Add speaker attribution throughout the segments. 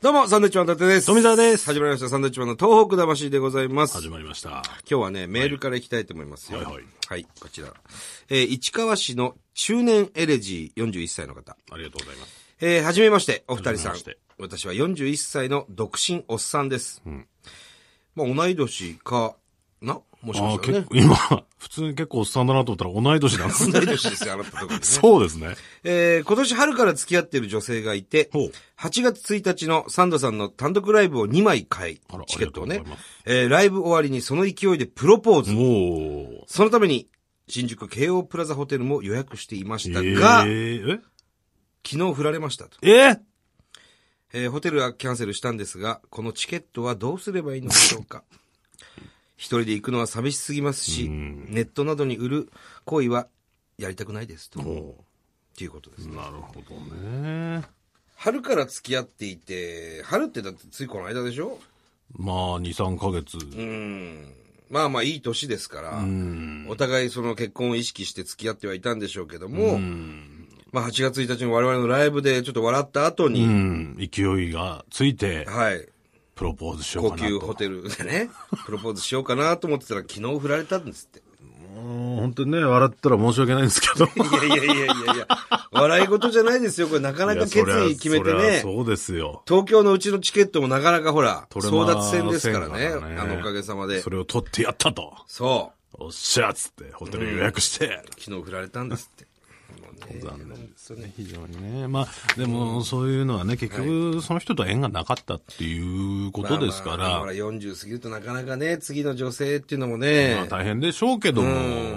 Speaker 1: どうも、サンドウィッチマン伊達です。
Speaker 2: 富澤です
Speaker 1: 始まりました、サンドウィッチマンの東北魂でございます。
Speaker 2: 始まりました。
Speaker 1: 今日はね、メールからいきたいと思いますよ。
Speaker 2: はいはい
Speaker 1: はい、こちら。えー市川市の中年エレジー41歳の方。
Speaker 2: ありがとうございます。
Speaker 1: えー、はじめまして、お二人さん
Speaker 2: はじめまして。
Speaker 1: 私は41歳の独身おっさんです。まあ、同い年かなもしか
Speaker 2: ああ、
Speaker 1: したら
Speaker 2: 結
Speaker 1: ね。
Speaker 2: 構、今、普通に結構おっさんだなと思ったら同い年なんですね。
Speaker 1: 同い年ですよ、あなたとこね。
Speaker 2: そうですね。
Speaker 1: えー、今年春から付き合っている女性がいて、
Speaker 2: ほう
Speaker 1: 8月1日のサンドさんの単独ライブを2枚買い
Speaker 2: あら、
Speaker 1: チケットを
Speaker 2: あ
Speaker 1: ね
Speaker 2: りがとうございます、
Speaker 1: えー、ライブ終わりにその勢いでプロポーズ。
Speaker 2: もう、
Speaker 1: そのために、新宿京王プラザホテルも予約していました
Speaker 2: え
Speaker 1: が、
Speaker 2: ー
Speaker 1: 昨日振られましたと。
Speaker 2: ええ
Speaker 1: えーホテルはキャンセルしたんですが、このチケットはどうすればいいのでしょうか 一人で行くのは寂しすぎますし、ネットなどに売る行為はやりたくないですと。っていうことですね。
Speaker 2: なるほどね。
Speaker 1: 春から付き合っていて、春ってだってついこの間でしょ
Speaker 2: まあ、2、3ヶ月。
Speaker 1: うん。まあまあいい年ですから、
Speaker 2: うん。
Speaker 1: お互いその結婚を意識して付き合ってはいたんでしょうけども、まあ8月1日の我々のライブでちょっと笑った後
Speaker 2: う
Speaker 1: に、
Speaker 2: ん。勢いがついて、
Speaker 1: はい、
Speaker 2: プロポーズしよう
Speaker 1: 高
Speaker 2: かな
Speaker 1: 級
Speaker 2: と。
Speaker 1: ホテルでね、プロポーズしようかなと思ってたら昨日振られたんですって。
Speaker 2: うん本当にね、笑ったら申し訳ないんですけど。
Speaker 1: いやいやいやいやいや、笑い事じゃないですよ。これなかなか決意決めて
Speaker 2: いや
Speaker 1: ね
Speaker 2: そりゃそりゃ。そうですよ。
Speaker 1: 東京のうちのチケットもなかなかほら、
Speaker 2: 取れま
Speaker 1: 争
Speaker 2: せん
Speaker 1: 奪戦ですからね。
Speaker 2: から
Speaker 1: あのおかげさまで
Speaker 2: そ。れを取ってやったと。
Speaker 1: そう。
Speaker 2: おっしゃっつって、ホテル予約して。
Speaker 1: 昨日振られたんですって。もうね
Speaker 2: 残念ですね、非常にね。まあ、でも、そういうのはね、結局、その人と縁がなかったっていうことですから、
Speaker 1: まあまあほら40過ぎるとなかなかね、次の女性っていうのもね、
Speaker 2: まあ大変でしょうけども、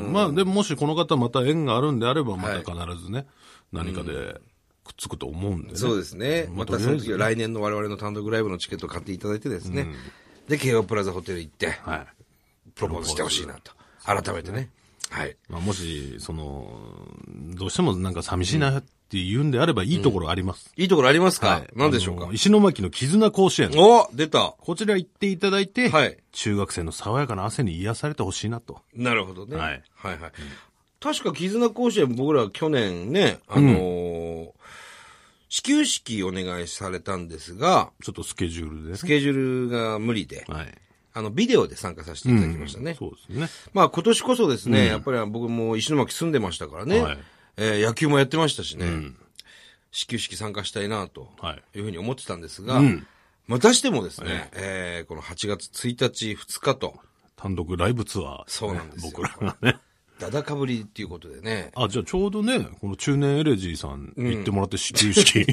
Speaker 2: まあ、でも、もしこの方また縁があるんであれば、また必ずね、何かでくっつくと思うんでね。
Speaker 1: そうですね。
Speaker 2: まあ
Speaker 1: また
Speaker 2: とり
Speaker 1: そ
Speaker 2: あ
Speaker 1: の
Speaker 2: えず
Speaker 1: 時は来年の我々の単独ライブのチケットを買っていただいてですね。で、慶応プラザホテル行って、
Speaker 2: はい。
Speaker 1: プロポーズしてほしいなと。改めてね。はい。
Speaker 2: まあ、もし、その、どうしてもなんか寂しいなって言うんであれば、いいところあります。
Speaker 1: いいところありますか
Speaker 2: はい
Speaker 1: 何でしょうか
Speaker 2: あの石巻の絆甲子園。
Speaker 1: お出た
Speaker 2: こちら行っていただいて、
Speaker 1: はい
Speaker 2: 中学生の爽やかな汗に癒されてほしいなと。
Speaker 1: なるほどね。は
Speaker 2: はいい。
Speaker 1: はい確か絆甲子園僕ら去年ね、あのー始球式お願いされたんですが、
Speaker 2: ちょっとスケジュールでね
Speaker 1: ス。ケジュールが無理で、
Speaker 2: はい。
Speaker 1: あの、ビデオで参加させていただきましたね。
Speaker 2: そうですね。
Speaker 1: まあ今年こそですね、やっぱり僕も石巻住んでましたからね、
Speaker 2: はい
Speaker 1: えー野球もやってましたしね、始球式参加したいなと
Speaker 2: はい。
Speaker 1: いうふうに思ってたんですが、またしてもですね、えーこの8月1日、2日と、
Speaker 2: 単独ライブツアー、
Speaker 1: そうなんですよ
Speaker 2: 僕らがね。
Speaker 1: だだかぶりっていうことでね、
Speaker 2: あ、じゃあちょうどね、この中年エレジーさん行ってもらって始 球式。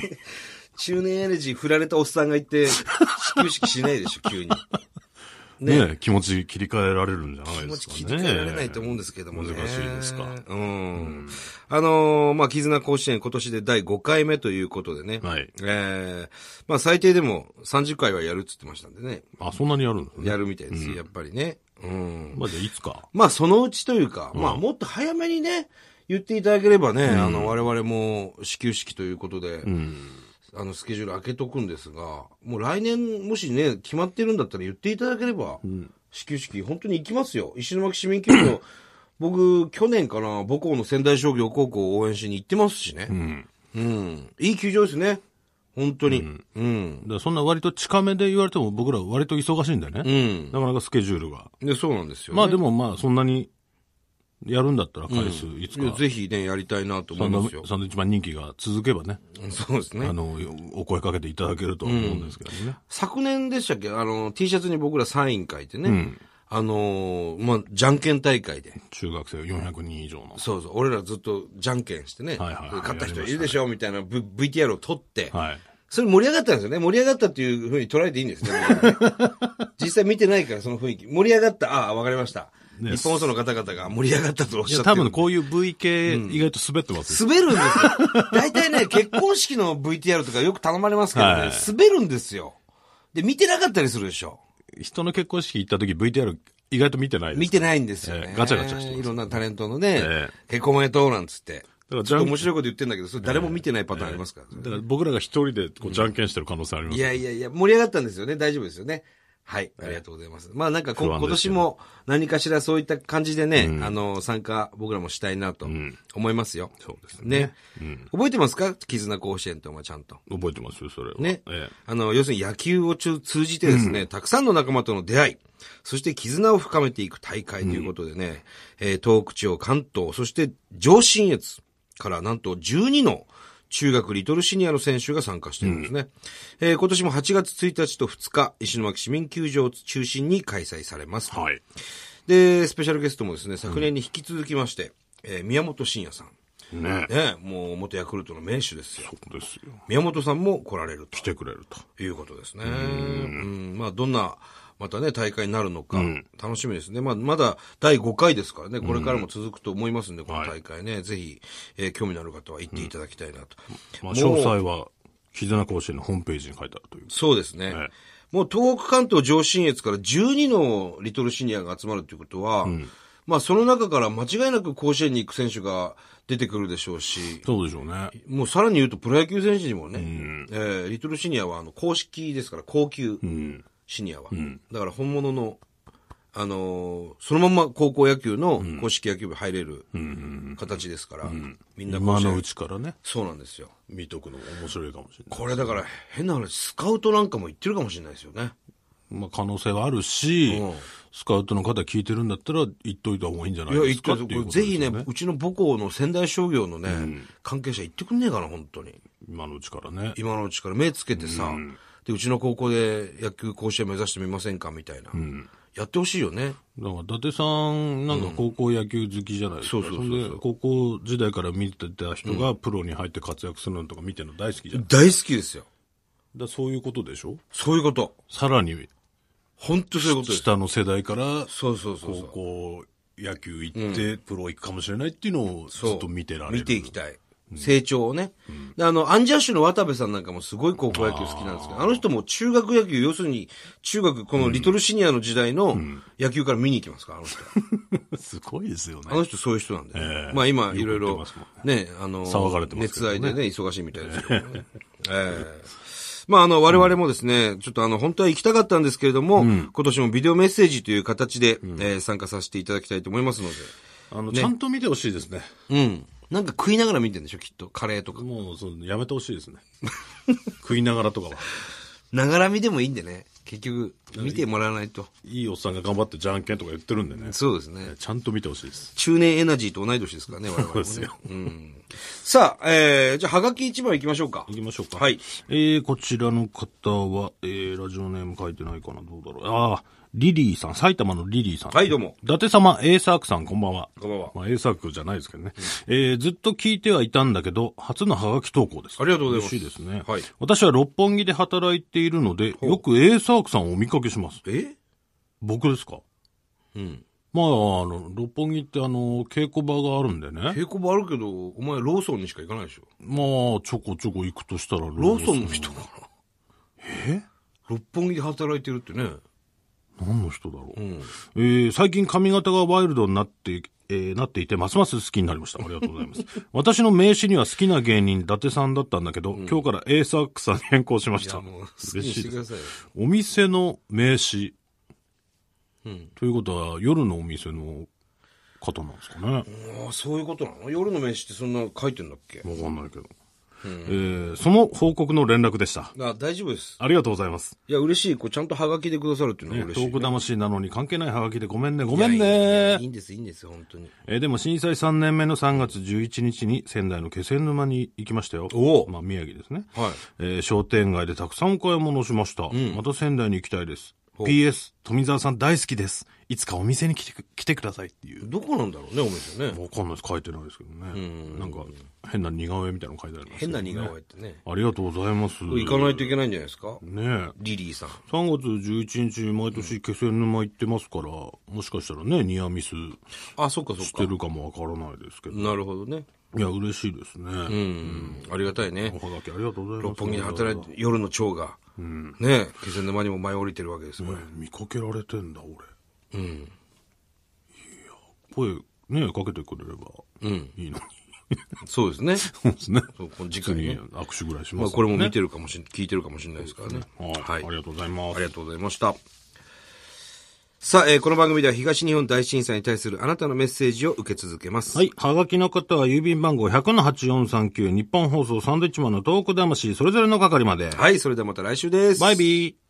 Speaker 1: 中年エネジー振られたおっさんがいて、 始球式しないでしょ、急に。
Speaker 2: ね気持ち切り替えられるんじゃない
Speaker 1: 気
Speaker 2: で
Speaker 1: 持
Speaker 2: す
Speaker 1: ち
Speaker 2: か
Speaker 1: 切り
Speaker 2: ね。
Speaker 1: 替えられないと思うんですけどもね。
Speaker 2: 難しいですか
Speaker 1: うん。あのーまあ、絆甲子園今年で第5回目ということでね。
Speaker 2: はい
Speaker 1: えーまあ、最低でも30回はやるっつってましたんでね。
Speaker 2: あ、そんなにやるんですね。
Speaker 1: やるみたいです、やっぱりね。うん。
Speaker 2: まあじゃあいつか。
Speaker 1: まあ、そのうちというか、まあ、もっと早めにね、言っていただければね、あの、我々も始球式ということで、あの、スケジュール開けとくんですが、もう来年、もしね、決まってるんだったら言っていただければ、始球式、本当に行きますよ。石巻市民球 場、僕、去年かな、母校の仙台商業高校を応援しに行ってますしね。うん。いい球場ですね。本当に。うん。
Speaker 2: でそんな割と近めで言われても僕ら割と忙しいんだよ
Speaker 1: う
Speaker 2: ね。
Speaker 1: ん。
Speaker 2: なかなかスケジュールが。
Speaker 1: で、そうなんですよ、ね。
Speaker 2: まあでもまあそんなにやるんだったら回数、いつ
Speaker 1: いや
Speaker 2: か。
Speaker 1: ぜひね、やりたいなと思
Speaker 2: サ
Speaker 1: い
Speaker 2: ンド
Speaker 1: ま
Speaker 2: ウ
Speaker 1: す
Speaker 2: ィ
Speaker 1: よ
Speaker 2: ッ。サンドウィッチマン人気が続けばね、
Speaker 1: うんそうですね
Speaker 2: あ。の、お声かけていただけると思うんですけどね。
Speaker 1: 昨年でしたっけあの、T シャツに僕らサイン書いてね。あのーまあ、じゃんけん大会で。
Speaker 2: 中学生400人以上の。
Speaker 1: そうそう。俺らずっとじゃんけんしてね。
Speaker 2: はいはいはい
Speaker 1: 勝った人いるでしょみたいな、v、VTR を撮って、
Speaker 2: はい。
Speaker 1: それ盛り上がったんですよね。盛り上がったっていうふうに捉えていいんですね。 実際見てないから、その雰囲気。盛り上がった。ああ、わかりました。
Speaker 2: ね
Speaker 1: 日本放送の方々が盛り上がったとおっ
Speaker 2: い
Speaker 1: しゃ
Speaker 2: や、
Speaker 1: って
Speaker 2: 多
Speaker 1: るんで
Speaker 2: 分こういう V 系、意外と滑ってますよ。
Speaker 1: 滑るんですよ。大体ね、結婚式の VTR とかよく頼まれますけどね、
Speaker 2: はい
Speaker 1: 滑るんですよ。で、見てなかったりするでしょ。
Speaker 2: 人の結婚式行った時 VTR 意外と見てないです。
Speaker 1: 見てないんですよね。
Speaker 2: ええガチャガチャしてます
Speaker 1: いろんなタレントのね、
Speaker 2: え
Speaker 1: 結婚おめでとうなんつって。
Speaker 2: だから
Speaker 1: ち
Speaker 2: じ
Speaker 1: ょ
Speaker 2: ゃ
Speaker 1: っ
Speaker 2: ん
Speaker 1: と面白いこと言ってんだけど、それ誰も見てないパターンありますからね、
Speaker 2: だから僕らが一人でこうじゃんけんしてる可能性ありま
Speaker 1: い
Speaker 2: す。
Speaker 1: やいやいや、盛り上がったんですよね。大丈夫ですよね。はい、ありがとうございます。まあなんかこ今年も何かしらそういった感じでね、あの、参加僕らもしたいなと思いますよ。
Speaker 2: そうですね。
Speaker 1: ね。覚えてますか絆甲子園ともちゃんと。
Speaker 2: 覚えてますよ、それは。
Speaker 1: ね。
Speaker 2: ええ
Speaker 1: あの、要するに野球を中通じてですね、たくさんの仲間との出会い、そして絆を深めていく大会ということでね、えー東北地方、関東、そして上信越からなんと12の中学リトルシニアの選手が参加しているんですね。えー今年も8月1日と2日、石巻市民球場を中心に開催されますと。
Speaker 2: はい。
Speaker 1: で、スペシャルゲストもですね、昨年に引き続きまして、えー宮本慎也さん。
Speaker 2: ね
Speaker 1: ね、もう元ヤクルトの名手ですよ。
Speaker 2: そうですよ。
Speaker 1: 宮本さんも来られると。
Speaker 2: 来てくれると。
Speaker 1: いうことですね。うん。まあ、どんな、またね、大会になるのか、楽しみですね。まあ、まだ第5回ですからね、これからも続くと思いますんで、この大会ね、ぜひ、えー興味のある方は行っていただきたいなと。も
Speaker 2: まあ、
Speaker 1: う
Speaker 2: 詳細は、絆甲子園のホームページに書いてあるという。
Speaker 1: そうですね。
Speaker 2: ええ
Speaker 1: もう東北関東上信越から12のリトルシニアが集まるということは、まあその中から間違いなく甲子園に行く選手が出てくるでしょうし、
Speaker 2: そうでしょうね。
Speaker 1: もうさらに言うとプロ野球選手にもね、えーリトルシニアはあの公式ですから高級シニアは。だから本物の、あのーそのまま高校野球の公式野球部入れる形ですから、みんな
Speaker 2: 今
Speaker 1: 甲子
Speaker 2: の
Speaker 1: 園
Speaker 2: う。ちからね、
Speaker 1: そうなんですよ。
Speaker 2: 見とくのも面白いかもしれない。
Speaker 1: これだから変な話、スカウトなんかも行ってるかもしれないですよね。
Speaker 2: まあ、可能性はあるし、
Speaker 1: うん
Speaker 2: スカウトの方聞いてるんだったら、言っといた方がいいんじゃないい
Speaker 1: や、
Speaker 2: で
Speaker 1: 行っ
Speaker 2: すか
Speaker 1: て
Speaker 2: っていう
Speaker 1: る。
Speaker 2: こと
Speaker 1: ぜ
Speaker 2: です
Speaker 1: ひ
Speaker 2: よ
Speaker 1: ね、
Speaker 2: ね。
Speaker 1: うちの母校の仙台商業のね、関係者行ってくんねえかな、本当に。
Speaker 2: 今のうちからね。
Speaker 1: 今のうちから目つけてさ、で、うちの高校で野球甲子園目指してみませんか、みたいな。やってほしいよね。
Speaker 2: だから、伊達さん、なんか高校野球好きじゃないですか。
Speaker 1: うんそうそうそうそうん
Speaker 2: で高校時代から見てた人がプロに入って活躍するのとか見てるの大好きじゃない、
Speaker 1: 大好きですよ。
Speaker 2: だからそういうことでしょ
Speaker 1: そういうこと。
Speaker 2: さらに、
Speaker 1: 本当そういうことです。
Speaker 2: 下の世代から、
Speaker 1: そうそうそう
Speaker 2: 高
Speaker 1: そう。
Speaker 2: 校野球行って、プロ行くかもしれないっていうのをず
Speaker 1: そう
Speaker 2: っと見てられる。
Speaker 1: 見ていきたい。成長をね、であの、アンジャッシュの渡部さんなんかもすごい高校野球好きなんですけど、あの人も中学野球、要するに中学、このリトルシニアの時代の野球から見に行きますから、あの人。
Speaker 2: すごいですよね
Speaker 1: あ。の人そういう人なんで、
Speaker 2: ええ
Speaker 1: まあ今いろい
Speaker 2: よ
Speaker 1: ろ
Speaker 2: く言ってますもん、
Speaker 1: ね、あの、
Speaker 2: 騒がれてますけど
Speaker 1: 熱
Speaker 2: ね
Speaker 1: 愛でね、忙しいみたいですけどね。ええまああの、我々もですね、ちょっとあの、本当は行きたかったんですけれども、今年もビデオメッセージという形で、えー参加させていただきたいと思いますので。
Speaker 2: あの、ちゃんと見てほしいですね。
Speaker 1: うん。なんか食いながら見てるんでしょ、きっと。カレーとか。
Speaker 2: もう、そのやめてほしいですね。 食いながらとかは。
Speaker 1: ながら見でもいいんでね。結局、見てもらわないと。
Speaker 2: いいおっさんが頑張ってじゃんけんとか言ってるんでね。
Speaker 1: そうですね。
Speaker 2: ちゃんと見てほしいです。
Speaker 1: 中年エナジーと同い年ですからね、我々も
Speaker 2: そ
Speaker 1: ね。
Speaker 2: うですよ。
Speaker 1: さあ、えー、じゃあ、はがき一番行きましょうか。
Speaker 2: 行きましょうか。
Speaker 1: はい。
Speaker 2: えー、こちらの方は、えー、ラジオネーム書いてないかなどうだろう。ああ、リリーさん、埼玉のリリーさん。
Speaker 1: はいどうも
Speaker 2: 伊達様、A サークさん、こんばんは。
Speaker 1: こんばんは
Speaker 2: まあ、A サークじゃないですけどね。えー、ずっと聞いてはいたんだけど、初のハガキ投稿です。
Speaker 1: ありがとうございます
Speaker 2: 嬉しいですね。
Speaker 1: はい
Speaker 2: 私は六本木で働いているので、よく A サークさんをお見かけします。
Speaker 1: え
Speaker 2: 僕ですか
Speaker 1: うん。
Speaker 2: まあ、あの、六本木ってあの、稽古場があるんでね。
Speaker 1: 稽古場あるけど、お前ローソンにしか行かないでしょ。
Speaker 2: まあ、ちょこちょこ行くとしたらロ
Speaker 1: ローソンの人かな
Speaker 2: え
Speaker 1: 六本木で働いてるってね。
Speaker 2: 何の人だろう、
Speaker 1: ん
Speaker 2: えー最近髪型がワイルドになって、えーなっていて、ますます好きになりました。ありがとうござ います。私の名刺には好きな芸人、伊達さんだったんだけど、今日から A サックさんに変更しまし
Speaker 1: い
Speaker 2: た。
Speaker 1: や、もう、好きに
Speaker 2: 嬉し
Speaker 1: し
Speaker 2: い
Speaker 1: て
Speaker 2: で
Speaker 1: く
Speaker 2: す。
Speaker 1: ださいよ。
Speaker 2: お店の名刺。
Speaker 1: うん
Speaker 2: ということは、夜のお店の方なんですかね。
Speaker 1: ああ、そういうことなの夜の飯ってそんな書いてんだっけ
Speaker 2: わかんないけど。えーその報告の連絡でした。
Speaker 1: あ大丈夫です。
Speaker 2: ありがとうございます。
Speaker 1: いや、嬉しい。こう、ちゃんとハガキでくださるっていうのは嬉しい、
Speaker 2: トーク魂なのに関係ないハガキでごめんね、ごめん
Speaker 1: いやい
Speaker 2: ね
Speaker 1: やいいんです、いいんです、本当に。
Speaker 2: えーでも震災3年目の3月11日に仙台の気仙沼に行きましたよ。
Speaker 1: おお
Speaker 2: まあ宮城ですね。
Speaker 1: はい。
Speaker 2: えー商店街でたくさんお買い物をしました。また仙台に行きたいです。
Speaker 1: ほう
Speaker 2: PS、富澤さん大好きです。いつかお店に来てく来てくださいっていう。
Speaker 1: どこなんだろうね、お店ね。
Speaker 2: わかんないです。書いてないですけどね。なんか変な似顔絵みたいなの書いてありますけ
Speaker 1: 変
Speaker 2: ど
Speaker 1: な
Speaker 2: ね、
Speaker 1: 似顔絵ってね。
Speaker 2: ありがとうございます。
Speaker 1: 行かないといけないんじゃないですか
Speaker 2: ねえ。
Speaker 1: リリーさん。
Speaker 2: 3月11日毎年気仙沼行ってますから、もしかしたらね、ニアミス
Speaker 1: あ、そっかそっ
Speaker 2: して
Speaker 1: か。
Speaker 2: るかもわからないですけど。
Speaker 1: なるほどね。
Speaker 2: いや、嬉しいですね。
Speaker 1: うん。ありがたいね
Speaker 2: お。はがきありがとうございます。
Speaker 1: 六本木で働いて、夜の蝶が。ねえ、気仙沼にも舞い降りてるわけです、これ。
Speaker 2: ね見かけられてんだ、俺。
Speaker 1: うん。
Speaker 2: 声、ね、かけてくれれば
Speaker 1: うん。
Speaker 2: いいのに。
Speaker 1: そうですね。
Speaker 2: そうですね。
Speaker 1: そう、この時
Speaker 2: 普通
Speaker 1: 間に
Speaker 2: に
Speaker 1: ね。
Speaker 2: 握手ぐらいし
Speaker 1: ま
Speaker 2: ま
Speaker 1: あ、
Speaker 2: す
Speaker 1: これ
Speaker 2: もんね、
Speaker 1: も見てるかもしれ、聞いてるかもしれないですからね。
Speaker 2: はい。ありがとうございます。
Speaker 1: ありがとうございました。さあ、えーこの番組では東日本大震災に対するあなたのメッセージを受け続けます。
Speaker 2: はい。はがきの方は郵便番号100-8439日本放送サンドイッチマンのトーク魂それぞれの係まで。
Speaker 1: はい、それではまた来週です。
Speaker 2: バイビー。